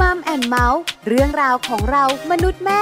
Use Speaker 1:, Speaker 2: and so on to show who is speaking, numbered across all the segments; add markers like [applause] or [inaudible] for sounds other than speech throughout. Speaker 1: มัมแอนเมาส์เรื่องราวของเรามนุษย์แม่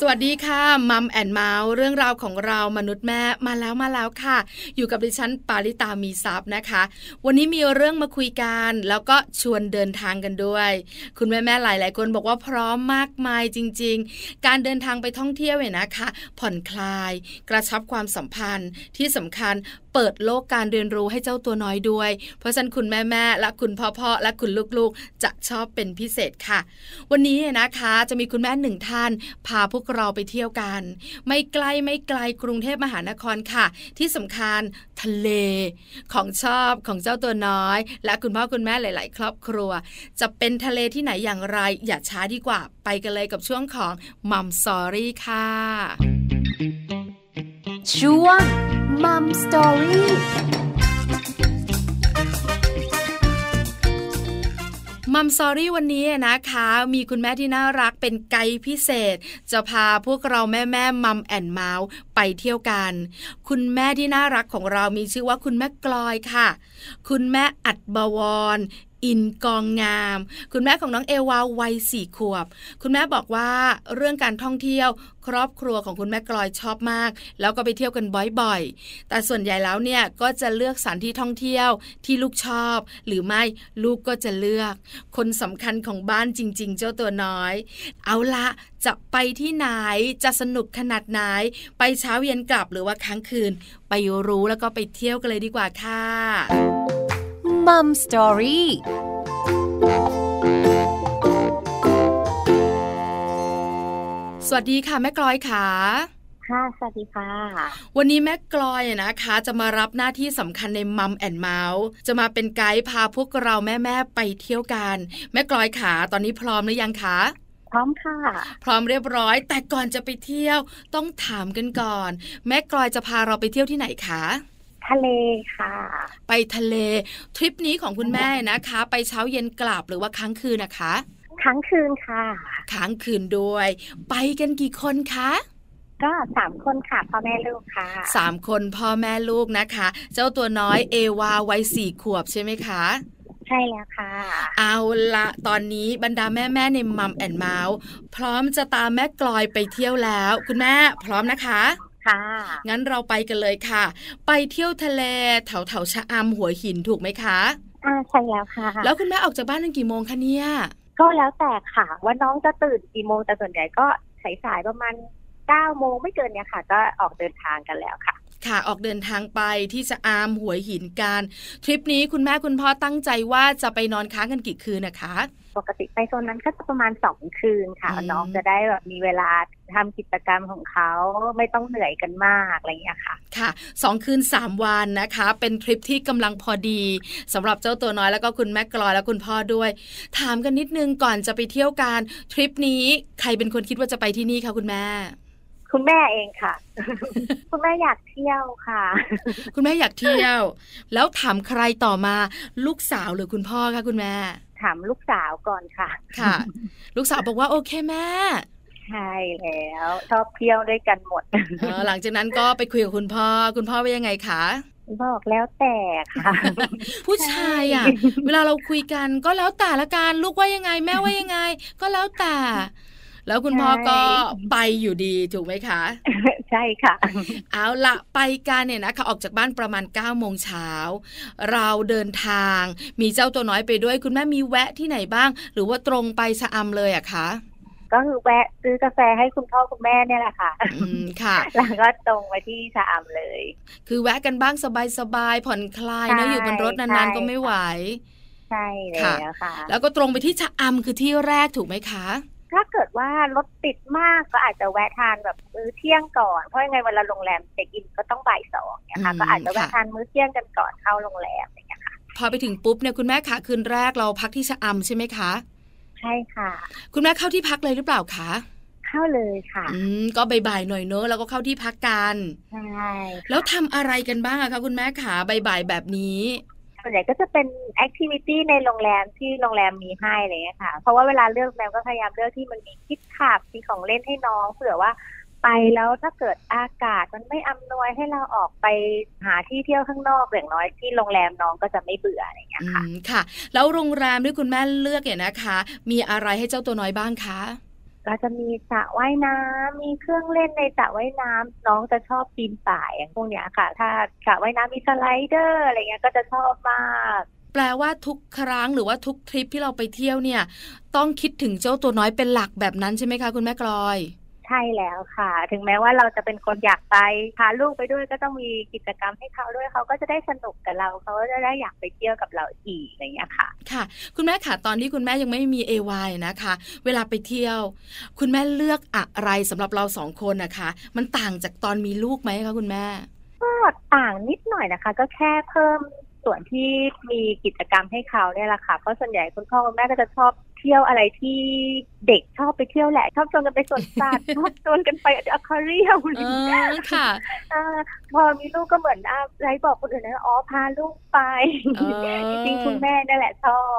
Speaker 2: สวัสดีค่ะมัมแอนเมาส์เรื่องราวของเรามนุษย์แม่มาแล้วมาแล้วค่ะ อยู่กับดิฉันปาริตามีซัพย์นะคะ วันนี้มีเรื่องมาคุยกันแล้วก็ชวนเดินทางกันด้วย คุณแม่แม่ๆหลาย ๆ คนบอกว่าพร้อมมากมายจริง ๆ การเดินทางไปท่องเที่ยวเนี่ยนะคะ ผ่อนคลาย กระชับความสัมพันธ์ที่สำคัญเปิดโลกการเรียนรู้ให้เจ้าตัวน้อยด้วย เพราะฉะนั้นคุณแม่แม่ๆและคุณพ่อพ่อๆและคุณลูกๆ จะชอบเป็นพิเศษค่ะ วันนี้เนี่ยนะคะจะมีคุณแม่หนึ่งท่าน พาพวกเราไปเที่ยวกัน ไม่ไกลไม่ไกลกรุงเทพมหานครค่ะ ที่สำคัญทะเล ของชอบของเจ้าตัวน้อย และคุณพ่อคุณแม่หลาย ๆ ครอบครัว จะเป็นทะเลที่ไหนอย่างไร อย่าช้าดีกว่าไปกันเลยกับช่วงของมัมสอรี่ค่ะ
Speaker 1: ช่วงมัมสตอรี่
Speaker 2: มัมซอรี่วันนี้นะคะ มีคุณแม่ที่น่ารักเป็นไกด์พิเศษ จะพาพวกเราแม่แม่มัมแอนเมาส์ไปเที่ยวกัน คุณแม่ที่น่ารักของเรามีชื่อว่าคุณแม่กลอยค่ะ คุณแม่อัดบวร อินกองงาม คุณแม่ของน้องเอวาวัยสี่ขวบ คุณแม่บอกว่าเรื่องการท่องเที่ยว ครอบครัวของคุณแม่กลอยชอบมาก แล้วก็ไปเที่ยวกันบ่อยๆ แต่ส่วนใหญ่แล้วเนี่ยก็จะเลือกสถานที่ท่องเที่ยวที่ลูกชอบ หรือไม่ลูกก็จะเลือก คนสำคัญของบ้านจริง ๆ เจ้าตัวน้อย เอาละจะไปที่ไหนจะสนุกขนาดไหน ไปเช้าเย็นกลับหรือว่าค้างคืน ไปรู้แล้วก็ไปเที่ยวกันเลยดีกว่าค่ะ
Speaker 1: มัมสตอรี่
Speaker 2: สวัสดีค่ะแม่กลอยค่ะ
Speaker 3: ค่ะ สวัสดีค่ะ
Speaker 2: วันนี้แม่กลอยนะคะ จะมารับหน้าที่สำคัญในมัมแอนเมาส์จะมาเป็นไกด์พาพวกเราแม่ๆไปเที่ยวกัน แม่กลอยค่ะตอนนี้พร้อมหรือยังคะ
Speaker 3: พร้อมค่ะ
Speaker 2: พร้อมเรียบร้อย แต่ก่อนจะไปเที่ยวต้องถามกันก่อน แม่กลอยจะพาเราไปเที่ยวที่ไหนคะ
Speaker 3: ทะเลค่ะ
Speaker 2: ไปทะเลทริปนี้ของคุณแม่นะคะ ไปเช้าเย็นกลับหรือว่าค้างคืนนะคะ
Speaker 3: ทั้งคืนค่ะ
Speaker 2: ค้างคืนด้วย ไปกันกี่คนคะ
Speaker 3: ก็สามคนค่ะพ่อแม่ลูกค่ะ
Speaker 2: สามคนพ่อแม่ลูกนะคะ เจ้าตัวน้อยเอวาวัยสี่ขวบใช่ไหมคะ
Speaker 3: ใช่แล้วค่ะ
Speaker 2: เอาละตอนนี้บรรดาแม่แม่ๆในมัมแอนเมาส์พร้อมจะตามแม่กลอยไปเที่ยวแล้ว คุณแม่พร้อมนะคะ
Speaker 3: ค่ะ
Speaker 2: งั้นเราไปกันเลยค่ะ ไปเที่ยวทะเลแถวแถวๆชะอำหัวหินถูกไหมคะ
Speaker 3: อ่าใช่แล้วค่ะ
Speaker 2: แล้วคุณแม่ออกจากบ้านตั้งกี่โมงคะเนี่ย
Speaker 3: ก็แล้วแต่ค่ะ ว่าน้องจะตื่นกี่โมงแต่ส่วนใหญ่ก็สายสายๆประมาณเก้าโมงไม่เกินเนี่ยค่ะ ก็ออกเดินทางกันแล้วค่ะ
Speaker 2: ค่ะออกเดินทางไปที่ชะอำหัวหินกันทริปนี้คุณแม่คุณพ่อตั้งใจว่าจะไปนอนค้างกันกี่คืนนะคะ
Speaker 3: ปกติไปโซนนั้นก็จะประมาณสองคืนค่ะ
Speaker 2: อืม
Speaker 3: น้องจะได้แบบมีเวลาทำกิจกรรมของเขาไม่ต้องเหนื่อยกันมากอะไรอย่างเงี้ยค่ะ
Speaker 2: ค่ะสองคืน 3 วันนะคะ เป็นทริปที่กำลังพอดีสำหรับเจ้าตัวน้อยแล้วก็คุณแม่กลอยและคุณพ่อด้วย ถามกันนิดนึงก่อนจะไปเที่ยวกันทริปนี้ใครเป็นคนคิดว่าจะไปที่นี่คะคุณแม่
Speaker 3: คุณแม่เอง
Speaker 2: [laughs]
Speaker 3: ค่ะ คุณแม่อยากเที่ยวค่ะ
Speaker 2: คุณแม่อยากเที่ยว แล้วถามใครต่อมาลูกสาวหรือคุณพ่อคะคุณแม่
Speaker 3: ถามลูกสาวก่อนค่ะ
Speaker 2: ค่ะ ลูกสาวบอกว่าโอเคแม่
Speaker 3: ใช่แล้ว ชอบเที่ยวด้วยกันหม
Speaker 2: [laughs]
Speaker 3: ด
Speaker 2: เออหลังจากนั้นก็ไปคุยกับคุณพ่อ คุณพ่อว่ายังไงคะ
Speaker 3: บอกแล้วแต่
Speaker 2: [laughs]
Speaker 3: ค่ะ
Speaker 2: ผู้ชายอ่ะ
Speaker 3: ใช่
Speaker 2: เวลาเราคุยกันก็แล้วแต่ละกันลูกว่ายังไงแม่ว่ายังไง ก็แล้วแต่ แล้วคุณพ่อก็ไปอยู่ดีถูกไหมคะ
Speaker 3: ใช่ค่ะ
Speaker 2: เอาละไปกันเนี่ยนะคะออกจากบ้านประมาณ9ก้าโมงเช้าเราเดินทาง มีเจ้าตัวน้อยไปด้วย คุณแม่มีแวะที่ไหนบ้าง หรือว่าตรงไปชะอำเลยอะคะ
Speaker 3: ก็คือแวะซื้อกาแฟให้คุณพ่อคุณแม่เนี่ยแหละค่ะ
Speaker 2: อืมค่ะ
Speaker 3: แล้วก็ตรงไปที่ชะอำเลย
Speaker 2: คือแวะกันบ้างสบายๆผ่อนคลายเนอะ
Speaker 3: ใช่
Speaker 2: อยู่บนรถ
Speaker 3: ใช่
Speaker 2: นานๆก็ไม่ไหว
Speaker 3: ใช่แล้วค่ะ
Speaker 2: แล้วก็ตรงไปที่ชะอำคือที่แรกถูกไหมคะ
Speaker 3: ถ้าเกิดว่ารถติดมากก็อาจจะแวะทานแบบมื้อเที่ยงก่อนเพราะยังไงเวลาโรงแรมเช็คอินก็ต้องบ่ายสองเนี่ยค่ะ
Speaker 2: อืม
Speaker 3: ก็อาจจะแวะ
Speaker 2: ค่ะ
Speaker 3: ทานมื้อเที่ยงกันก่อนเข้าโรงแรมอย่างเงี้ยค่ะ
Speaker 2: พอไปถึงปุ๊บเนี่ยคุณแม่คะคืนแรกเราพักที่ชะอำใช่ไหมคะ
Speaker 3: ใช่ค่ะ
Speaker 2: คุณแม่เข้าที่พักเลยหรือเปล่าคะ
Speaker 3: เข้าเลยค่ะ
Speaker 2: อืมก็บ่ายๆหน่อยเนอะแล้วก็เข้าที่พักกัน
Speaker 3: ใช่ค่ะ
Speaker 2: แล้วทำอะไรกันบ้างอะคะคุณแม่ขาบ่ายๆแบบนี้
Speaker 3: ส่วนใหญ่ก็จะเป็นแอคทิวิตี้ในโรงแรมที่โรงแรมมีให้อะไรอย่างเลยค่ะ เพราะว่าเวลาเลือกโรงแรมก็พยายามเลือกที่มันมีคิดขับมีของเล่นให้น้องเผื่อว่าไป ไปแล้วถ้าเกิดอากาศมันไม่อำนวยให้เราออกไปหาที่เที่ยวข้างนอกอย่างน้อยที่โรงแรมน้องก็จะไม่เบื่ออะไรอย่างเงี้ย
Speaker 2: อื
Speaker 3: ค่ะ
Speaker 2: มค่ะ แล้วโรงแรมที่คุณแม่เลือกเนี่ยนะคะ มีอะไรให้เจ้าตัวน้อยบ้างคะ
Speaker 3: เราจะมีสระว่ายน้ำมีเครื่องเล่นในสระว่ายน้ำน้องจะชอบปีนป่ายอย่างพวกเนี้ยค่ะ ถ้าสระว่ายน้ำมีสไลเดอร์อะไรเงี้ยก็จะชอบมาก
Speaker 2: แปลว่าทุกครั้งหรือว่าทุกทริปที่เราไปเที่ยวเนี่ย ต้องคิดถึงเจ้าตัวน้อยเป็นหลักแบบนั้นใช่ไหมคะคุณแม่กลอย
Speaker 3: ใช่แล้วค่ะ ถึงแม้ว่าเราจะเป็นคนอยากไปพาลูกไปด้วยก็ต้องมีกิจกรรมให้เขาด้วยเขาก็จะได้สนุกกับเราเขาก็จะได้อยากไปเที่ยวกับเราอีกอะไรเงี้ยค่ะ
Speaker 2: ค่ะ คุณแม่ค่ะตอนที่คุณแม่ยังไม่มี AY นะคะ เวลาไปเที่ยว คุณแม่เลือกอะไรสำหรับเราสองคนนะคะ มันต่างจากตอนมีลูกไหมคะคุณแม่
Speaker 3: ก็ต่างนิดหน่อยนะคะ ก็แค่เพิ่มส่วนที่มีกิจกรรมให้เขาเนี่ยแหละค่ะเพราะส่วนใหญ่คุณพ่อคุณแม่ก็จะชอบเที่ยวอะไรที่เด็กชอบไปเที่ยวแหละ ชอบชวนกันไปสวนสั
Speaker 2: [laughs]
Speaker 3: ตว์ ชอบชวนกันไปอควาเรียม
Speaker 2: เออค่ะ
Speaker 3: เออพอมีลูกก็เหมือนอ่ะไรบอกคนอื่นนะอ๋อพาลูกไป
Speaker 2: เออ
Speaker 3: จริงๆคุณแม่นั่นแหละชอบ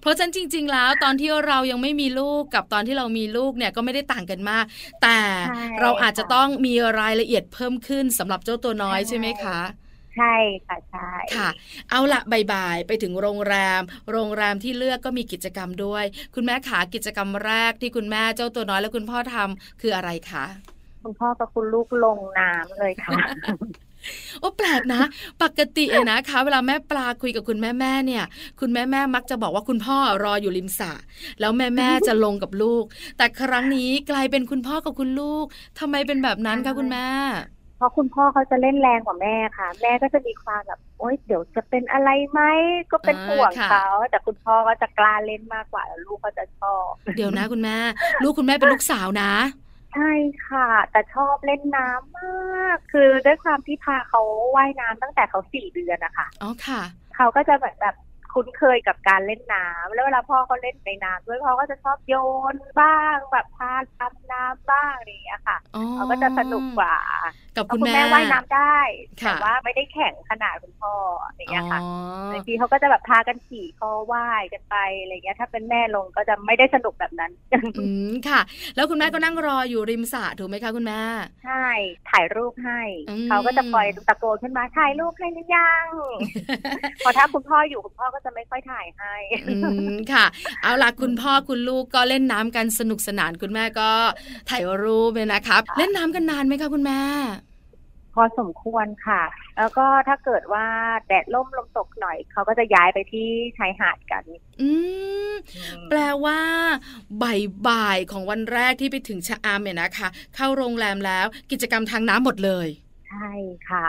Speaker 2: เพราะฉะนั้นจริง ๆ แล้วตอนที่เรายังไม่มีลูกกับตอนที่เรามีลูกเนี่ยก็ไม่ได้ต่างกันมาก แต่
Speaker 3: ใช่
Speaker 2: เราอาจจะ
Speaker 3: ค่ะ
Speaker 2: ต้องมีรายละเอียดเพิ่มขึ้นสำหรับเจ้าตัวน้อยใช่ไหมคะ
Speaker 3: ใช่ค่ะใช่
Speaker 2: ค่ะ เอาละบ่ายๆไปถึงโรงแรม โรงแรมที่เลือกก็มีกิจกรรมด้วย คุณแม่ขากิจกรรมแรกที่คุณแม่เจ้าตัวน้อยและคุณพ่อทำคืออะไรคะ
Speaker 3: คุณพ่อกับคุณลูกลงน้ำเลยค่ะ
Speaker 2: โอ้แปลก
Speaker 3: [laughs]
Speaker 2: นะ ปกติเนยนะคะ เวลาแม่ปลาคุยกับคุณแม่แม่ๆเนี่ย คุณแม่แม่ๆมักจะบอกว่าคุณพ่อรออยู่ริมสระแล้วแม่แม่ๆจะลงกับลูก แต่ครั้งนี้กลายเป็นคุณพ่อกับคุณลูกทำไมเป็นแบบนั้นคะคุณแม่
Speaker 3: เพราะคุณพ่อเขาจะเล่นแรงกว่าแม่ค่ะ แม่ก็จะมีความแบบโอ๊ยเดี๋ยวจะเป็นอะไรไหมก็เป็น
Speaker 2: อ่า
Speaker 3: ห่วง
Speaker 2: ค่ะ
Speaker 3: เขาแต่คุณพ่อก็จะกล้าเล่นมากกว่าแล้วลูกก็จะชอบ
Speaker 2: เดี๋ยวนะคุณแม่ ลูกคุณแม่เป็นลูกสาวนะ
Speaker 3: ใช่ค่ะ แต่ชอบเล่นน้ำมาก คือด้วยความที่พาเขาว่ายน้ำตั้งแต่เขาสี่เดือนนะคะ
Speaker 2: อ๋อค่ะ
Speaker 3: เขาก็จะแบบแบบคุ้นเคยกับการเล่นน้ำแล้วเวลาพ่อเขาเล่นในน้ำด้วยพ่อก็จะชอบโยนบ้าง แบบพาดำน้ำบ้างอะไรอย่างเงี้ยค่ะ
Speaker 2: อ๋อ
Speaker 3: เขาก็จะสนุกกว่า
Speaker 2: กับ
Speaker 3: เพ
Speaker 2: คุ
Speaker 3: ราะ
Speaker 2: ณ
Speaker 3: คุณ
Speaker 2: แม่
Speaker 3: แม่ว่ายน้ำได้
Speaker 2: ค่ะ
Speaker 3: แต่ว่าไม่ได้แข่งขนาดคุณพ่ออะไรอย่าง
Speaker 2: อ๋
Speaker 3: เงี้ยค่ะ
Speaker 2: อ
Speaker 3: บางทีเขาก็จะแบบพากันขี่คอว่ายกันไปอะไรเงี้ย ถ้าเป็นแม่ลงก็จะไม่ได้สนุกแบบนั้น
Speaker 2: อืมค่ะ แล้วคุณแม่ก็นั่งรออยู่ริมสระถูกไหมคะคุณแม่
Speaker 3: ใช่ถ่ายรูปให้
Speaker 2: อืม
Speaker 3: เขาก็จะคอยตะโกนขึ้นมาถ่ายรูปให้หรือยังพอถ้าคุณพ่ออยู่คุณพ่อก็จะไม่ค่อยถ่ายให้
Speaker 2: อืมค่ะ เอาล่ะคุณพ่อคุณลูกก็เล่นน้ำกันสนุกสนานคุณแม่ก็ถ่ายรูปเลยนะครับ เล่นน้ำกันนานไหมคะคุณแม่
Speaker 3: พอสมควรค่ะ แล้วก็ถ้าเกิดว่าแดดล่มลมตกหน่อยเขาก็จะย้ายไปที่ชายหาดกัน
Speaker 2: อืมแปลว่าบ่ายๆของวันแรกที่ไปถึงชะอำเนี่ยนะคะ เข้าโรงแรมแล้วกิจกรรมทางน้ำหมดเลย
Speaker 3: ใช่ค่ะ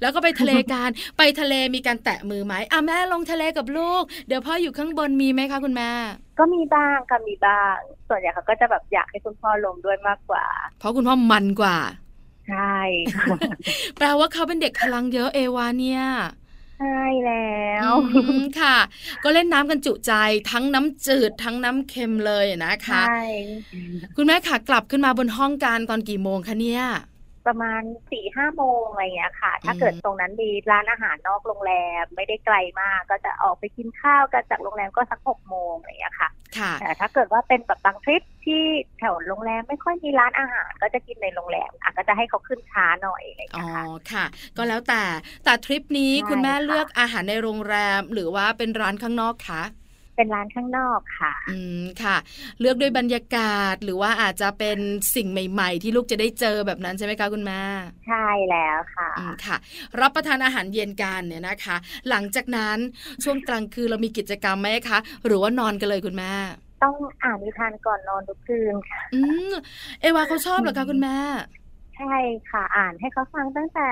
Speaker 2: แล้วก็ไปทะเลกันไปทะเลมีการแตะมือไหมอ่ะแม่ลงทะเลกับลูก เดี๋ยวพ่ออยู่ข้างบนมีไหมคะคุณแม่
Speaker 3: ก็มีบ้างค่ะมีบ้าง ส่วนใหญ่เขาก็จะแบบอยากให้คุณพ่อลงด้วยมากกว่า
Speaker 2: เพราะคุณพ่อมันกว่า
Speaker 3: ใช่
Speaker 2: แปลว่าเขาเป็นเด็กพลังเยอะเอวาเนี่ย
Speaker 3: [laughs] ใช่แล้ว
Speaker 2: อืมค่ะ ก็เล่นน้ำกันจุใจทั้งน้ำจืดทั้งน้ำเค็มเลยนะคะ
Speaker 3: ใช่
Speaker 2: คุณแม่ค่ะกลับขึ้นมาบนห้องการตอนกี่โมงคะเนี่ย
Speaker 3: ประมาณสี่ห้าโมงอะไรอย่างเงี้ยค่ะ ถ้า
Speaker 2: อืม
Speaker 3: เกิดตรงนั้นมีร้านอาหารนอกโรงแรม ไม่ได้ไกลมาก ก็จะออกไปกินข้าวกันจากโรงแรมก็สักหกโมงอะไรอย่างเงี้ยค่ะ
Speaker 2: ค่ะ
Speaker 3: แต่ถ้าเกิดว่าเป็นแบบบางทริปที่แถวโรงแรมไม่ค่อยมีร้านอาหาร ก็จะกินในโรงแรมอ่ะก็จะให้เขาขึ้นช้าหน่อยอะไรอย่าง
Speaker 2: อ๋
Speaker 3: เงี้
Speaker 2: อย
Speaker 3: ค่ะ
Speaker 2: ค่ะ ก็แล้วแต่แต่ทริปนี้
Speaker 3: ใช่
Speaker 2: คุณแม่
Speaker 3: ค่ะ
Speaker 2: เลือกอาหารในโรงแรม หรือว่าเป็นร้านข้างนอกคะ
Speaker 3: เป็นร้านข้างนอกค่ะ
Speaker 2: อืมค่ะ เลือกด้วยบรรยากาศหรือว่าอาจจะเป็นสิ่งใหม่ ๆ ที่ลูกจะได้เจอแบบนั้นใช่ไหมคะคุณแม่
Speaker 3: ใช่แล้วค่ะ
Speaker 2: อืมค่ะ รับประทานอาหารเย็นกันเนี่ยนะคะ หลังจากนั้นช่วงกลางคืนเรามีกิจกรรมไหมคะ หรือว่านอนกันเลยคุณแม่
Speaker 3: ต้องอ่านนิทานก่อนนอนทุกคืนค่ะ
Speaker 2: อืมเอวาเขาชอบเหรอคะคุณแม่
Speaker 3: ใช่ค่ะอ่านให้เขาฟังตั้งแต่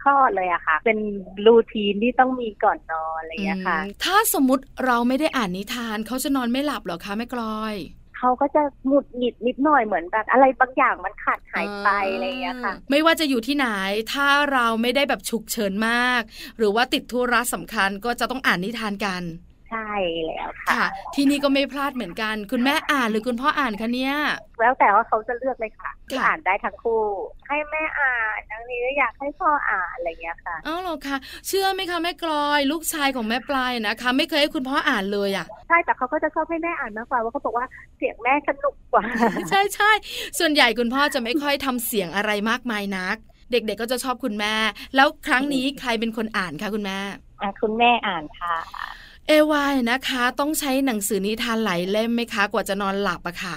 Speaker 3: คลอดเลยอะค่ะ เป็นรูทีนที่ต้องมีก่อนนอนอะไรอย่างเงี้ยค่ะ
Speaker 2: อืมถ้าสมมุติเราไม่ได้อ่านนิทานเขาจะนอนไม่หลับเหรอคะแม่กลอย
Speaker 3: เขาก็จะหงุดหงิดนิดหน่อยเหมือนแบบอะไรบางอย่างมันขาดหายไปอะไรอย่างเงี้ยค่ะ
Speaker 2: ไม่ว่าจะอยู่ที่ไหน ถ้าเราไม่ได้แบบฉุกเฉินมาก หรือว่าติดธุระสำคัญก็จะต้องอ่านนิทานกัน
Speaker 3: ใช่แล้วค่ะ
Speaker 2: ค่ะ ที่นี่ก็ไม่พลาดเหมือนกัน คุณแม่อ่านหรือคุณพ่ออ่านคะเนี่ย
Speaker 3: แล้วแต่ว่าเขาจะเลือกเลยค่ะ
Speaker 2: ค่ะ
Speaker 3: อ่านได้ทั้งคู่ ให้แม่อ่านทั้งนี้ก็อยากให้พ่ออ่านอะไรอย่างเงี้ยค่ะ [laughs]
Speaker 2: อ้าวเหรอคะเชื่อไหมคะแม่กลอย ลูกชายของแม่ปลายนะคะ ไม่เคยให้คุณพ่ออ่านเลยอะ่ะ
Speaker 3: ใ ช่แต่เขาก็จะชอบให้แม่อ่านมากกว่าว่าเขาบอกว่าเสียงแม่สนุกกว่า [laughs]
Speaker 2: ใช่ใช่ส่วนใหญ่คุณพ่อจะไม่ค่อยทำเสียงอะไรมากมายนัก เด็กๆก็จะชอบคุณแม่ แล้วครั้งนี้ใครเป็นคนอ่านคะคุณแม่
Speaker 3: อ่ะคุณแม่อ่านค่ะ
Speaker 2: เอวายนะคะ ต้องใช้หนังสือนิทานหลายเล่มไหมคะ กว่าจะนอนหลับอะ
Speaker 3: [laughs]
Speaker 2: ค่ะ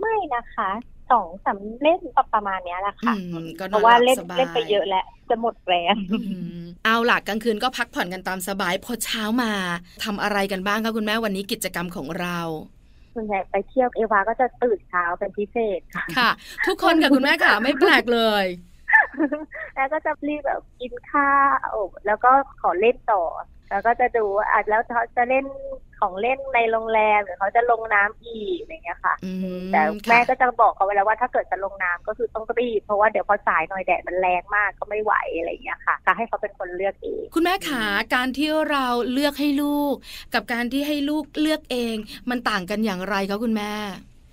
Speaker 3: ไม่นะคะสองสามเล่มประมาณเนี้ยแหละ
Speaker 2: อื
Speaker 3: ค่ะ
Speaker 2: มก็น
Speaker 3: เพ
Speaker 2: อน
Speaker 3: ราะ
Speaker 2: ห
Speaker 3: ว่า
Speaker 2: ลับ
Speaker 3: เล่น
Speaker 2: สบาย
Speaker 3: เล่นไปเยอะแล้ว [laughs] จะหมดแรง
Speaker 2: อืมเอาล่ะกลางคืนก็พักผ่อนกันตามสบายพอเช้ามาทำอะไรกันบ้างคะคุณแม่วันนี้กิจกรรมของเรา
Speaker 3: ส่วนใหญ่ไปเที่ยวเอวาก็จะตื่นเช้าเป็นพิเศษ
Speaker 2: [laughs]
Speaker 3: ค่ะ [laughs]
Speaker 2: ค่ะ ทุกคนกับคุณแม่ค่ะ ไม่แปลกเลย
Speaker 3: แล้วก็จะรีบแบบกินข้าวแล้วก็ขอเล่นต่อ แล้วก็จะดูว่าอ่ะแล้วเขาจะเล่นของเล่นในโรงแรมหรือเขาจะลงน้ำอีกอะไรเงี้ยค่ะ
Speaker 2: อืม
Speaker 3: แต่แม่
Speaker 2: ค่ะ
Speaker 3: ก็จะบอกเขาไว้แล้วว่าถ้าเกิดจะลงน้ำก็คือต้องรีบเพราะว่าเดี๋ยวพอสายหน่อยแดดมันแรงมากก็ไม่ไหวอะไรอย่างเงี้ยค่ะก็ให้เขาเป็นคนเลือกเอง
Speaker 2: คุณแม่ขาการที่เราเลือกให้ลูก กับการที่ให้ลูกเลือกเอง มันต่างกันอย่างไรคะคุณแม่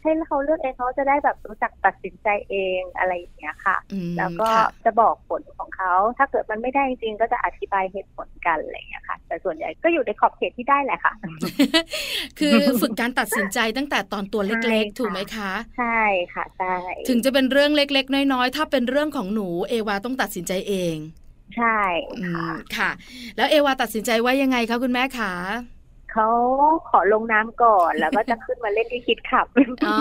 Speaker 3: ให้เขาเลือกเองเขาจะได้แบบรู้จักตัดสินใจเองอะไรอย่างเงี้ยค่ะ
Speaker 2: อืม
Speaker 3: แล้วก็
Speaker 2: ค่ะ
Speaker 3: จะบอกผลของเขา ถ้าเกิดมันไม่ได้จริงๆก็จะอธิบายเหตุผลกันอะไรอย่างเงี้ยค่ะ แต่ส่วนใหญ่ก็อยู่ในขอบเขตที่ได้แหละค่ะ
Speaker 2: คือฝึกการตัดสินใจตั้งแต่ตอนตัว
Speaker 3: ใช่
Speaker 2: เล็ก
Speaker 3: ค่ะ
Speaker 2: ๆ ถูกไหมคะ
Speaker 3: ใช่ค่ะใช่
Speaker 2: ถึงจะเป็นเรื่องเล็กๆ น้อยๆ ถ้าเป็นเรื่องของหนูเอวาต้องตัดสินใจเอง
Speaker 3: ใช่
Speaker 2: อืมค่ะ แล้วเอวาตัดสินใจว่ายังไงคะคุณแม่ขา
Speaker 3: เขาขอลงน้ำก่อนแล้วก็จะขึ้นมาเล่นที่คิดขับ
Speaker 2: อ๋อ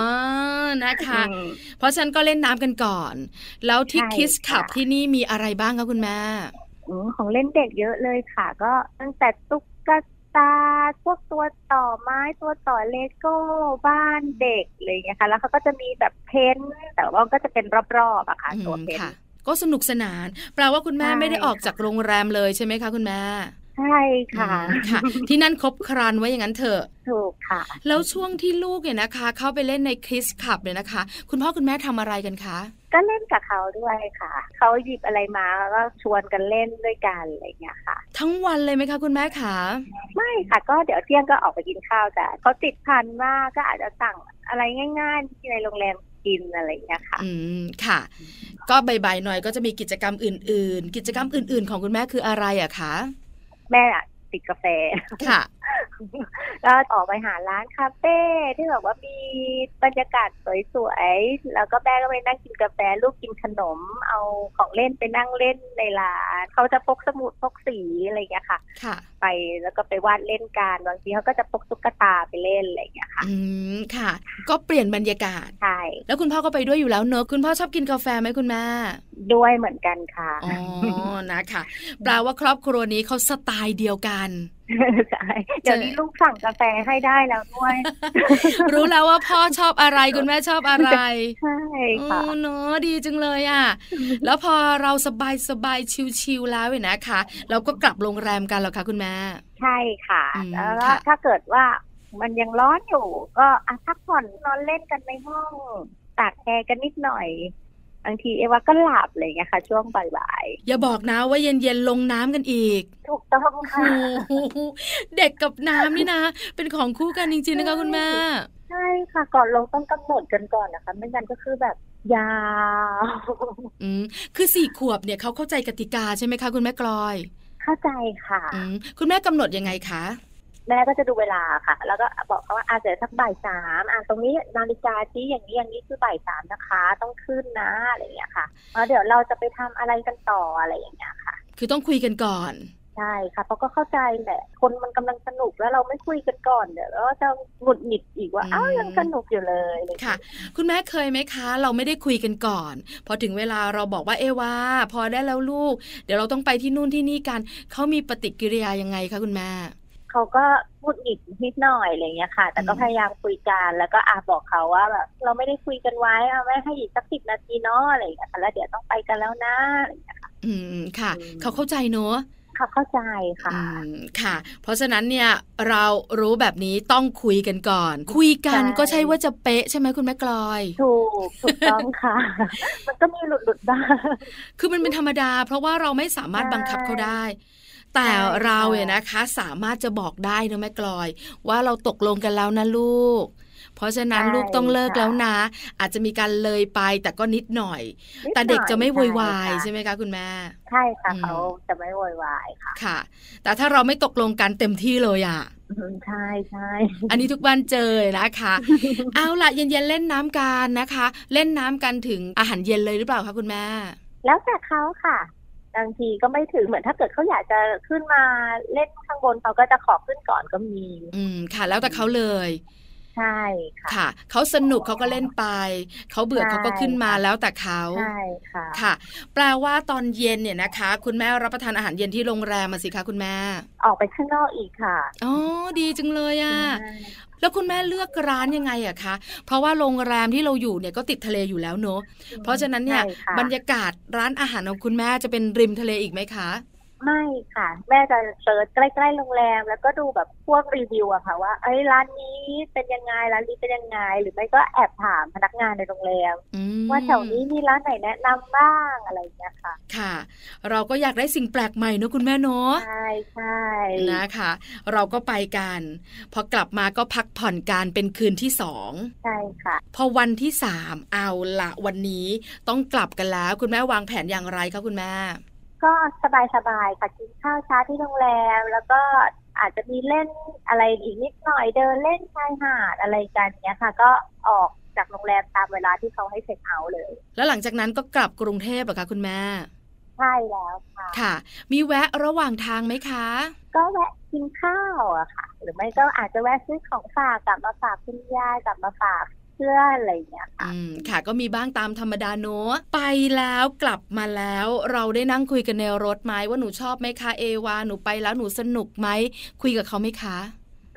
Speaker 2: นะคะ
Speaker 3: อืม
Speaker 2: เพราะฉะนันก็เล่นน้ำกันก่อน แล้วที่
Speaker 3: ใช่
Speaker 2: คิสขับ
Speaker 3: ค่ะ
Speaker 2: ที่นี่มีอะไรบ้างคะคุณแม่
Speaker 3: อืมของเล่นเด็กเยอะเลยค่ะ ก็ตั้งแต่ตุ๊กตาพวกตัวต่อไม้ตัวต่อเลโก้บ้านเด็กอะไรอย่างเงี้ยค่ะ แล้วเขาก็จะมีแบบเพ้นท์แต่ว่าก็จะเป็นรอบๆอะค่ะ
Speaker 2: อืม
Speaker 3: ตัวเพ้น
Speaker 2: ค่ะ
Speaker 3: ท์
Speaker 2: ก็สนุกสนาน แปลว่าคุณแม่
Speaker 3: ใช่
Speaker 2: ไม่ได้ออกจากโรงแรมเลยใช่ไหมคะคุณแม่
Speaker 3: ใช่ค่ะ
Speaker 2: อืมค่ะ ที่นั่นครบครันไว้อย่างนั้นเถอะ
Speaker 3: ถูกค่ะ
Speaker 2: แล้วช่วงที่ลูกเนี่ยนะคะ เข้าไปเล่นในคริสคลับเนี่ยนะคะ คุณพ่อคุณแม่ทำอะไรกันคะ
Speaker 3: ก็เล่นกับเขาด้วยค่ะ เขาหยิบอะไรมาแล้วก็ชวนกันเล่นด้วยกันอะไรอย่างเงี้ยค่ะ
Speaker 2: ทั้งวันเลยไหมคะคุณแม่คะ
Speaker 3: ไม่ค่ะ ก็เดี๋ยวเที่ยงก็ออกไปกินข้าวแต่เขาติดพันมากก็อาจจะสั่งอะไรง่าย ๆ ที่ในโรงแรมกินอะไรอย่างเงี้ยค่ะ
Speaker 2: อืมค่ะ ก็บ่ายๆหน่อยก็จะมีกิจกรรมอื่น ๆ กิจกรรมอื่น ๆ ของคุณแม่คืออะไรอะคะ
Speaker 3: แม่อะติดกาแฟ
Speaker 2: ค่ะ
Speaker 3: ก็ออกไปหาร้านคาเฟ่ที่แบบว่ามีบรรยากาศสวยๆ แล้วก็แม่ก็ไปนั่งกินกาแฟลูกกินขนม เอาของเล่นไปนั่งเล่นในร้าน เขาจะพกสมุดพกสีอะไรอย่างเงี้ยค่ะ
Speaker 2: ค่ะ
Speaker 3: ไปแล้วก็ไปวาดเล่นกันบางทีเขาก็จะพกตุ๊กตาไปเล่นอะไรอย่างเงี้ยค่ะ
Speaker 2: อืมค่ะ ก็เปลี่ยนบรรยากาศ
Speaker 3: ใช่
Speaker 2: แล้วคุณพ่อก็ไปด้วยอยู่แล้วเนอะคุณพ่อชอบกินกาแฟไหมคุณแม่
Speaker 3: ด้วยเหมือนกันค่ะ [laughs]
Speaker 2: อ๋อ [laughs] นะคะแปลว่าครอบครัวนี้เขาสไตล์เดียวกัน
Speaker 3: ใช่เดี๋ยวนี้ลูกสั่งกาแฟให้ได้แล้วด้วย
Speaker 2: รู้แล้วว่าพ่อชอบอะไรคุณแม่ชอบอะไร
Speaker 3: ใช่ค่ะ
Speaker 2: อืมเนอะดีจังเลย
Speaker 3: [laughs]
Speaker 2: อ่ะ แล้วพอเราสบายสบายๆชิลๆแล้วเนี่ยนะคะ เราก็กลับโรงแรมกันเหรอคะคุณแม่
Speaker 3: ใช่ค่ะ
Speaker 2: อืม
Speaker 3: แล้ว
Speaker 2: ค่ะ
Speaker 3: ถ้าเกิดว่ามันยังร้อนอยู่ ก็อ่ะพักผ่อนนอนเล่นกันในห้องตากแอร์กันนิดหน่อยบางทีเอวาก็หลับอะไรอย่างเลยนะคะช่วงบ่าย
Speaker 2: อย่าบอกนะว่าเย็นๆลงน้ำกันอีก
Speaker 3: ๆถูกต้อง
Speaker 2: โอ้
Speaker 3: ค่ะ
Speaker 2: โหเด็กกับน้ำนี่นะ เป็นของคู่กันจริงๆนะคะคุณแม่
Speaker 3: ใช่ค่ะ ก่อนลงต้องกำหนดกันก่อนนะคะ ไม่งั้นก็คือแบบยาว [laughs]
Speaker 2: อืมคือสี่ขวบเนี่ยเขาเข้าใจกติกาใช่ไหมคะคุณแม่กลอย
Speaker 3: เข้าใจค่ะ
Speaker 2: อืมคุณแม่กำหนดยังไงคะ
Speaker 3: แม่ก็จะดูเวลาค่ะ แล้วก็บอกเขาว่าอาเดี๋ยวสักบ่ายสามอ่ะตรงนี้นาฬิกาชี้อย่างนี้อย่างนี้คือบ่ายสามนะคะ ต้องขึ้นนะอะไรอย่างเงี้ยค่ะแล้วเดี๋ยวเราจะไปทำอะไรกันต่ออะไรอย่างเงี้ยค่ะ
Speaker 2: คือต้องคุยกันก่อน
Speaker 3: ใช่ค่ะเพราะก็เข้าใจแหละ คนมันกำลังสนุกแล้วเราไม่คุยกันก่อนเดี๋ยวเราจะหงุดหงิดอีกว่าอ้าวยังสนุกอยู่เลยอะไรอย่าง
Speaker 2: ค่ะ
Speaker 3: เงี้ย
Speaker 2: คุณแม่เคยไหมคะ เราไม่ได้คุยกันก่อน พอถึงเวลาเราบอกว่าเอวาพอได้แล้วลูก เดี๋ยวเราต้องไปที่นู่นที่นี่กันเขามีปฏิกิริยายังไงคะคุณแม่
Speaker 3: เขาก็หงุดหงิดนิดหน่อยอะไรอย่างเงี้ยค่ะ แต่ก็
Speaker 2: อืม
Speaker 3: พยายามคุยกันแล้วก็อาบอกเขาว่าแบบเราไม่ได้คุยกันไว้เอาไว้ให้อีกสักสิบนาทีเนาะอะไรอย่างเงี้ยค่ะแล้วเดี๋ยวต้องไปกันแล้วนะอะไรอย่างเงี้ย
Speaker 2: อืมค่ะ
Speaker 3: อืม
Speaker 2: เขาเข้าใจเนอะ
Speaker 3: เขาเข้าใจค่ะ
Speaker 2: อืมค่ะ เพราะฉะนั้นเนี่ยเรารู้แบบนี้ต้องคุยกันก่อน คุยกัน
Speaker 3: ใช่
Speaker 2: ก็ใช่ว่าจะเป๊ะใช่ไหมคุณแม่กลอย
Speaker 3: ถูกถูกต้อง
Speaker 2: [laughs]
Speaker 3: ค่ะ มันก็มีหลุดหลุดๆบ้าง
Speaker 2: คือมันเป็นธรรมดา เพราะว่าเราไม่สามารถบังคับเขาได้ แต่
Speaker 3: ใช่ค่ะ
Speaker 2: เราเนี่ยนะคะ สามารถจะบอกได้นะแม่กลอย ว่าเราตกลงกันแล้วนะลูก เพราะฉะนั้นลูกต้องเลิกแล้วนะ อาจจะมีการเลยไปแต่ก็นิดหน่อย แต่เด็กจะไม่โวยวายใช่ไหมคะคุณแม่
Speaker 3: ใช่ค่ะ
Speaker 2: อืม
Speaker 3: เขาจะไม่โวยวายค่ะ
Speaker 2: [laughs] ค่ะ แต่ถ้าเราไม่ตกลงกันเต็มที่เลยอ่ะ
Speaker 3: อืมใช่ใช่
Speaker 2: อันนี้ทุกบ้านเจอนะคะ เอาล่ะเย็นๆเล่นน้ำกันนะคะ เล่นน้ำกันถึงอาหารเย็นเลยหรือเปล่าคะคุณแม่
Speaker 3: แล้วแต่เขาค่ะบางทีก็ไม่ถึงเหมือนถ้าเกิดเขาอยากจะขึ้นมาเล่นข้างบนเขาก็จะขอขึ้นก่อนก็มี
Speaker 2: อืมค่ะ แล้วแต่เขาเลย
Speaker 3: ใช่ค่ะ
Speaker 2: ค่ะเขาสนุกเขาก็เล่นไปเขาเบื่อ
Speaker 3: ใช่
Speaker 2: เขาก็ขึ้นมาแล้วแต่เขา
Speaker 3: ใช่ค่ะ
Speaker 2: ค่ะ แปลว่าตอนเย็นเนี่ยนะคะ คุณแม่รับประทานอาหารเย็นที่โรงแรมมาสิคะคุณแม่
Speaker 3: ออกไปข้างนอกอีกค่ะ
Speaker 2: อ๋อดีจังเลยอ่ะ
Speaker 3: ใช่
Speaker 2: แล้วคุณแม่เลือกร้านยังไงอะคะเพราะว่าโรงแรมที่เราอยู่เนี่ยก็ติดทะเลอยู่แล้วเนอะ เพราะฉะนั้นเนี่ย
Speaker 3: ใช่ค่ะ
Speaker 2: บรรยากาศร้านอาหารของคุณแม่จะเป็นริมทะเลอีกไหมคะ
Speaker 3: ไม่ค่ะ แม่จะเซิร์ชใกล้ๆโรงแรม แล้วก็ดูแบบพวกรีวิวอะค่ะ ว่าเอ้ยร้านนี้เป็นยังไงร้านนี้เป็นยังไง หรือไม่ก็แอบถามพนักงานในโรงแรม
Speaker 2: อืม
Speaker 3: ว่าแถวนี้มีร้านไหนแนะนำบ้างอะไรอย่างเงี้ยค่ะ
Speaker 2: ค่ะ เราก็อยากได้สิ่งแปลกใหม่เนอะคุณแม่เนอะ
Speaker 3: ใช่ใช่
Speaker 2: นะคะ เราก็ไปกันพอกลับมาก็พักผ่อนกันเป็นคืนที่สอง
Speaker 3: ใช่ค่ะ
Speaker 2: พอวันที่สามเอาละวันนี้ต้องกลับกันแล้ว คุณแม่วางแผนอย่างไรคะคุณแม่
Speaker 3: ก็สบายสบายๆค่ะกินข้าวเช้าที่โรงแรม แล้วก็อาจจะมีเล่นอะไรอีกนิดหน่อยเดินเล่นชายหาดอะไรกันเนี้ยค่ะ ก็ออกจากโรงแรมตามเวลาที่เขาให้เช็คเอาท์เลย
Speaker 2: แล้วหลังจากนั้นก็กลับกรุงเทพเหรอคะคุณแม่
Speaker 3: ใช่แล้วค่ะ
Speaker 2: ค่ะ มีแวะระหว่างทางไหมคะ
Speaker 3: ก็แวะกินข้าวอะค่ะ หรือไม่ก็อาจจะแวะซื้อของฝากกลับมาฝากคุณยายกลับมาฝากเพื่อนอะไรอย่างเงี้ยค่ะ
Speaker 2: อืมค่ะก็มีบ้างตามธรรมดาเนอะไปแล้วกลับมาแล้ว เราได้นั่งคุยกันในรถไหมว่าหนูชอบไหมคะเอวาหนูไปแล้วหนูสนุกไหมคุยกับเขาไหมคะ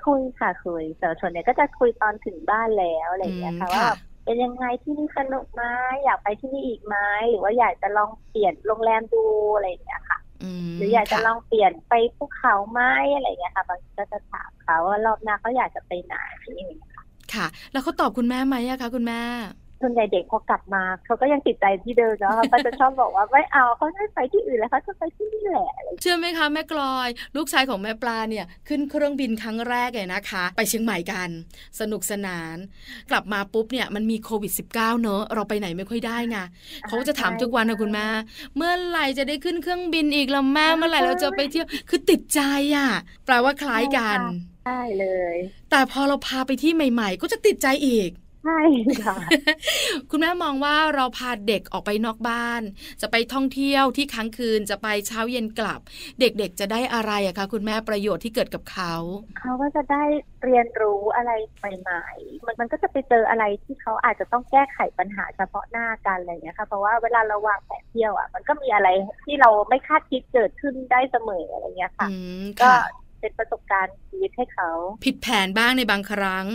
Speaker 3: คุยค่ะคุยแต่ส่วนใหญ่ก็จะคุยตอนถึงบ้านแล้วอะไรอย่างเงี้ยค่ะ
Speaker 2: อืม
Speaker 3: ว่า
Speaker 2: ค่ะ
Speaker 3: แบบเป็นยังไงที่นี่สนุกไหมอยากไปที่นี่อีกไหมหรือว่าอยากจะลองเปลี่ยนโรงแรมดูอะไรอย่างเงี้ยค่ะ
Speaker 2: อืม
Speaker 3: หรืออยากจะ
Speaker 2: ค่
Speaker 3: ลองเปลี่ยนไปภูเขาไหมอะไรอย่างเงี้ยค่ะบางทีก็จะถามเขาว่ารอบหน้าเขาอยากจะไปไหนอะไรอย่างเงี้ย
Speaker 2: ค่ะ แล้วเขาตอบคุณแม่ไหมอะคะคุณแม่
Speaker 3: ส่วนใหญ่เด็กพอกลับมาเขาก็ยังติดใจที่เดิมเนาะ [laughs] เขาก็จะชอบบอกว่าไม่เอาเขาไม่ไปที่อื่นแล้วเขาจะไปที่นี่แหละอะไรอย่างเงี้ย
Speaker 2: เชื่อไหมคะแม่กลอย ลูกชายของแม่ปลาเนี่ยขึ้นเครื่องบินครั้งแรกเลยนะคะ ไปเชียงใหม่กัน สนุกสนาน กลับมาปุ๊บเนี่ยมันมีโควิด -19 เนอะเราไปไหนไม่ค่อยได้ไงเขาก็จะถามทุกวันนะคุณแม่เมื่อไหร่จะได้ขึ้นเครื่องบินอีกล่ะแม่เมื่อไหร่เราจะไปเที่ยวคือติดใจอ่ะแปลว่าคล้ายกัน
Speaker 3: ใช่เลย
Speaker 2: แต่พอเราพาไปที่ใหม่ ๆ ก็จะติดใจอีก
Speaker 3: ใช่ค่ะ
Speaker 2: คุณแม่มองว่าเราพาเด็กออกไปนอกบ้าน จะไปท่องเที่ยวที่ค้างคืนจะไปเช้าเย็นกลับ เด็กๆจะได้อะไรอะคะคุณแม่ประโยชน์ที่เกิดกับเขา
Speaker 3: เขาก็จะได้เรียนรู้อะไรใหม่ๆ มันมันก็จะไปเจออะไรที่เขาอาจจะต้องแก้ไขปัญหาเฉพาะหน้ากันอะไรอย่างเงี้ยค่ะ เพราะว่าเวลาเราวางแผนเที่ยวอ่ะ มันก็มีอะไรที่เราไม่คาดคิดเกิดขึ้นได้เสมออะไรอย่างเงี้ยค่ะ
Speaker 2: อืม
Speaker 3: ก็
Speaker 2: ค่ะ
Speaker 3: เป็นประสบการณ์ชีวิตให้เขา
Speaker 2: ผิดแผนบ้างในบางครั้ง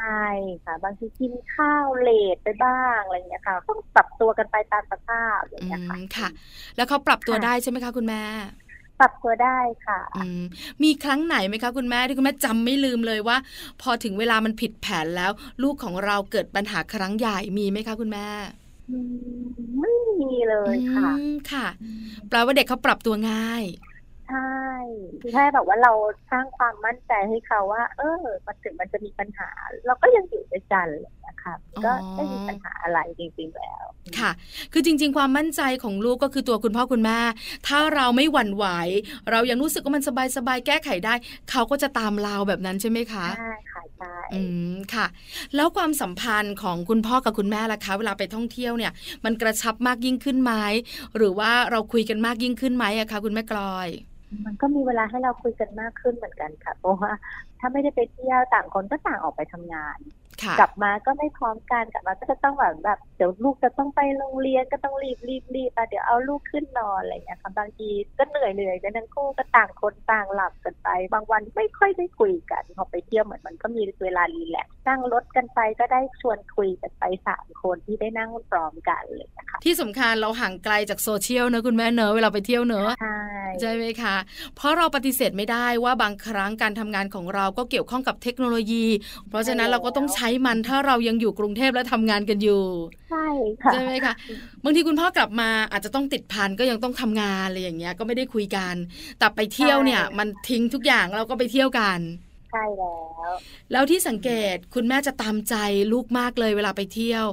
Speaker 3: ใช่ค่ะ บางทีกินข้าวเลทไปบ้างอะไรอย่างเงี้ยค่ะ ต้องปรับตัวกันไปตามสภาพอะไรอย่างเงี้ยค่ะ
Speaker 2: อืมค่ะ แล้วเขาปรับตัว
Speaker 3: ค่ะ
Speaker 2: ได้ใช่ไหมคะคุณแม่
Speaker 3: ปรับตัวได้ค่ะ
Speaker 2: อืมมีครั้งไหนไหมคะคุณแม่ที่คุณแม่จำไม่ลืมเลยว่า พอถึงเวลามันผิดแผนแล้ว ลูกของเราเกิดปัญหาครั้งใหญ่มีไหมคะคุณแม่
Speaker 3: อืมไม่มีเลยค่ะ
Speaker 2: อืมค่ะ แปลว่าเด็กเขาปรับตัวง่าย
Speaker 3: ใช่คือแค่แบบว่าเราสร้างความมั่นใจให้เขาว่า เออมันถึงมันจะมีปัญหา เราก็ยังอยู่ด้วยกันอะไรอย่างเลยนะคะก็
Speaker 2: อ๋อ
Speaker 3: ไม่มีปัญหาอะไรจริงๆแล้ว
Speaker 2: ค่ะ คือจริง ๆ ความมั่นใจของลูกก็คือตัวคุณพ่อคุณแม่ ถ้าเราไม่หวั่นไหว เรายังรู้สึกว่ามันสบายๆแก้ไขได้ เขาก็จะตามเราแบบนั้นใช่ไหมคะ
Speaker 3: ใช่ค่ะใช่
Speaker 2: อืมค่ะ แล้วความสัมพันธ์ของคุณพ่อกับคุณแม่ล่ะคะ เวลาไปท่องเที่ยวเนี่ย มันกระชับมากยิ่งขึ้นไหมหรือว่าเราคุยกันมากยิ่งขึ้นไหมอะคะคุณแม่กลอย
Speaker 3: มันก็มีเวลาให้เราคุยกันมากขึ้นเหมือนกันค่ะ เพราะว่าถ้าไม่ได้ไปเที่ยวต่างคนก็ต่างออกไปทำงาน
Speaker 2: ค่ะ
Speaker 3: กลับมาก็ไม่พร้อมกันกลับมาก็จะต้องแบบแบบเดี๋ยวลูกจะต้องไปโรงเรียนก็ต้องรีบรีบรีบอ่ะเดี๋ยวเอาลูกขึ้นนอนอะไรอย่างเงี้ยค่ะบางทีก็เหนื่อยเหนื่อยกันทั้งคู่ก็ต่างคนต่างหลับกันไป บางวันไม่ค่อยได้คุยกันพอไปเที่ยวเหมือนมันก็มีเวลารีแลกซ์นั่งรถกันไปก็ได้ชวนคุยกันไปสามคนที่ได้นั่งพร้อมกันเลยนะคะ
Speaker 2: ที่สำคัญเราห่างไกลจากโซเชียลเนอะคุณแม่เนอะเวลาไปเที่ยวเนอะ
Speaker 3: ใช่
Speaker 2: ใช่ไหมคะ เพราะเราปฏิเสธไม่ได้ว่าบางครั้งการทำงานของเราก็เกี่ยวข้องกับเทคโนโลยี เพราะฉะนั้นเราก็ต้องใช้มันถ้าเรายังอยู่กรุงเทพและทำงานกันอยู่
Speaker 3: ใช่ค่ะ
Speaker 2: ใช่ไหมคะ บางทีคุณพ่อกลับมาอาจจะต้องติดพันก็ยังต้องทำงานอะไรอย่างเงี้ยก็ไม่ได้คุยกัน แต่ไปเที่ยวเนี่ยมันทิ้งทุกอย่างเราก็ไปเที่ยวกัน
Speaker 3: ใช่แล้ว
Speaker 2: แล้วที่สังเกตคุณแม่จะตามใจลูกมากเลยเวลาไปเที่ยว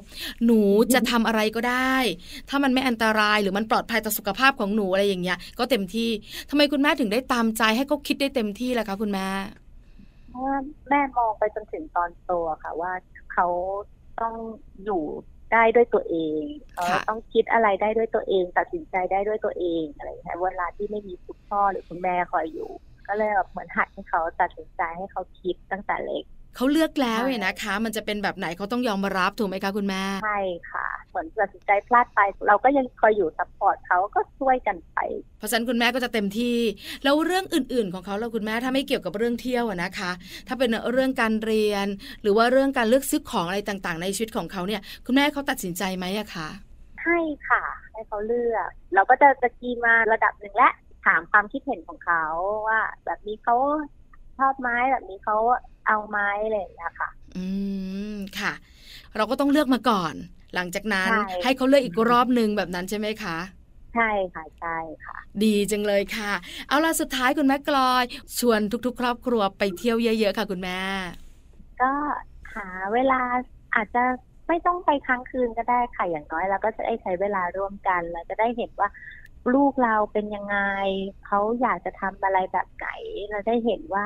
Speaker 2: หนูจะทำอะไรก็ได้ ถ้ามันไม่อันตรายหรือมันปลอดภัยต่อสุขภาพของหนูอะไรอย่างเงี้ย ก็เต็มที่ทำไมคุณแม่ถึงได้ตามใจให้เขาคิดได้เต็มที่ล่ะคะคุณแม่
Speaker 3: เพราะว่าแม่มองไปจนถึงตอนโตอะค่ะ ว่าเขาต้องอยู่ได้ด้วยตัวเองเขา
Speaker 2: ค่ะ
Speaker 3: ต้องคิดอะไรได้ด้วยตัวเอง ตัดสินใจได้ด้วยตัวเองอะไรอย่างเงี้ยเวลาที่ไม่มีคุณพ่อหรือคุณแม่คอยอยู่ ก็เลยแบบเหมือนหัดให้เขาตัดสินใจให้เขาคิดตั้งแต่เล็ก
Speaker 2: เขาเลือกแล้ว
Speaker 3: ใช่
Speaker 2: เนี่ยนะคะ มันจะเป็นแบบไหนเขาต้องยอมรับถูกไหมคะคุณแม่
Speaker 3: ใช่ค่ะ เหมือนตัดสินใจพลาดไป เราก็ยังคอยอยู่ซัพพอร์ตเขาก็ช่วยกันไป
Speaker 2: เพราะฉะนั้นคุณแม่ก็จะเต็มที่ แล้วเรื่องอื่น ๆ ของเขาเราคุณแม่ถ้าไม่เกี่ยวกับเรื่องเที่ยวอะนะคะ ถ้าเป็นเรื่องการเรียน หรือว่าเรื่องการเลือกซื้อของอะไรต่างๆ ในชีวิตของเขาเนี่ย คุณแม่เขาตัดสินใจไหมอะคะ
Speaker 3: ให้ค่ะให้เขาเลือก เราก็จะจะกีมาระดับหนึ่งและถามความคิดเห็นของเขาว่า แบบนี้เขาชอบไหม้แบบนี้เขาเอาไหม้อะไรอย่างเลยนะคะ
Speaker 2: อืมค่ะ เราก็ต้องเลือกมาก่อน หลังจากนั้น
Speaker 3: ใช่
Speaker 2: ให้เขาเลือกอีกรอบหนึ่งแบบนั้นใช่ไหมคะ
Speaker 3: ใช่ค่ะใช่ค่ะ
Speaker 2: ดีจังเลยค่ะ เอาล่ะสุดท้ายคุณแม่กลอย ชวนทุก ๆ ครอบครัวไปเที่ยวเยอะ ๆ ค่ะ คุณแม่
Speaker 3: ก็หาเวลาอาจจะไม่ต้องไปค้างคืนก็ได้ค่ะอย่างน้อยเราก็จะได้ใช้เวลาร่วมกันเราจะได้เห็นว่า ลูกเราเป็นยังไงเขาอยากจะทำอะไรแบบไหน เราได้เห็นว่า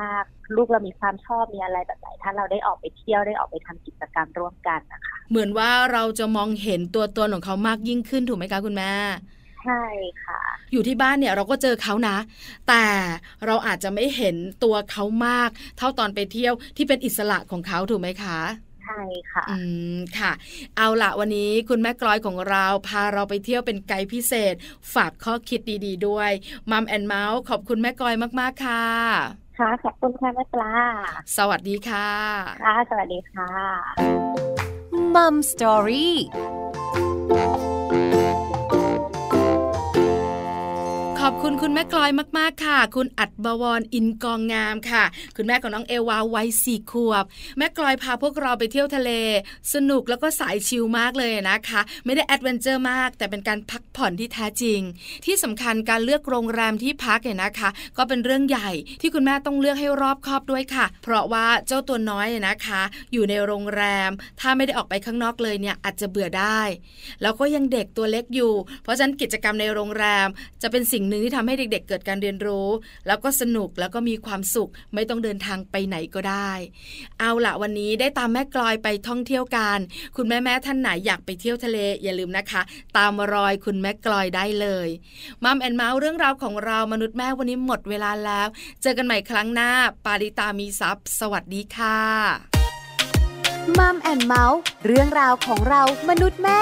Speaker 3: ลูกเรามีความชอบมีอะไรแบบไหน ถ้าเราได้ออกไปเที่ยวได้ออกไปทำกิจกรรมร่วมกันนะคะ
Speaker 2: เหมือนว่าเราจะมองเห็นตัวตนของเขามากยิ่งขึ้นถูกไหมคะคุณแม่
Speaker 3: ใช่ค่ะ
Speaker 2: อยู่ที่บ้านเนี่ยเราก็เจอเขานะ แต่เราอาจจะไม่เห็นตัวเขามาก เท่าตอนไปเที่ยวที่เป็นอิสระของเขาถูกไหมคะ
Speaker 3: ใช่ค่ะ
Speaker 2: อืมค่ะ เอาละวันนี้คุณแม่กลอยของเราพาเราไปเที่ยวเป็นไกด์พิเศษ ฝากข้อคิดดีๆด้วยมัมแอนเมาส์ขอบคุณแม่กลอยมากๆค่ะ
Speaker 3: ค่ะ ขอบคุณค่ะแม่ปลา
Speaker 2: สวัสดีค่ะ
Speaker 3: ค่ะ สวัสดีค่ะ
Speaker 1: มัมสตอรี่
Speaker 2: ขอบคุณคุณแม่กลอยมาก ๆ ค่ะ คุณอัดบวรอินกองงามค่ะ คุณแม่ของน้องเอวาวัยสี่ขวบ แม่กลอยพาพวกเราไปเที่ยวทะเล สนุกแล้วก็สายชิลมากเลยนะคะ ไม่ได้แอดเวนเจอร์มาก แต่เป็นการพักผ่อนที่แท้จริง ที่สำคัญการเลือกโรงแรมที่พักเนี่ยนะคะ ก็เป็นเรื่องใหญ่ที่คุณแม่ต้องเลือกให้รอบคอบด้วยค่ะ เพราะว่าเจ้าตัวน้อยเนี่ยนะคะ อยู่ในโรงแรม ถ้าไม่ได้ออกไปข้างนอกเลยเนี่ยอาจจะเบื่อได้ แล้วก็ยังเด็กตัวเล็กอยู่ เพราะฉะนั้นกิจกรรมในโรงแรม จะเป็นสิ่งหนึ่งที่ทำให้เด็ก ๆ เกิดการเรียนรู้ แล้วก็สนุกแล้วก็มีความสุข ไม่ต้องเดินทางไปไหนก็ได้ เอาละวันนี้ได้ตามแม่กลอยไปท่องเที่ยวกัน คุณแม่แม่ๆท่านไหนอยากไปเที่ยวทะเลอย่าลืมนะคะ ตามรอยคุณแม่กลอยได้เลยมัมแอนเมาส์เรื่องราวของเรามนุษย์แม่วันนี้หมดเวลาแล้ว เจอกันใหม่ครั้งหน้า ปาริตามีซัพย์สวัสดีค่ะ
Speaker 1: มัมแอนเมาส์เรื่องราวของเรามนุษย์แม่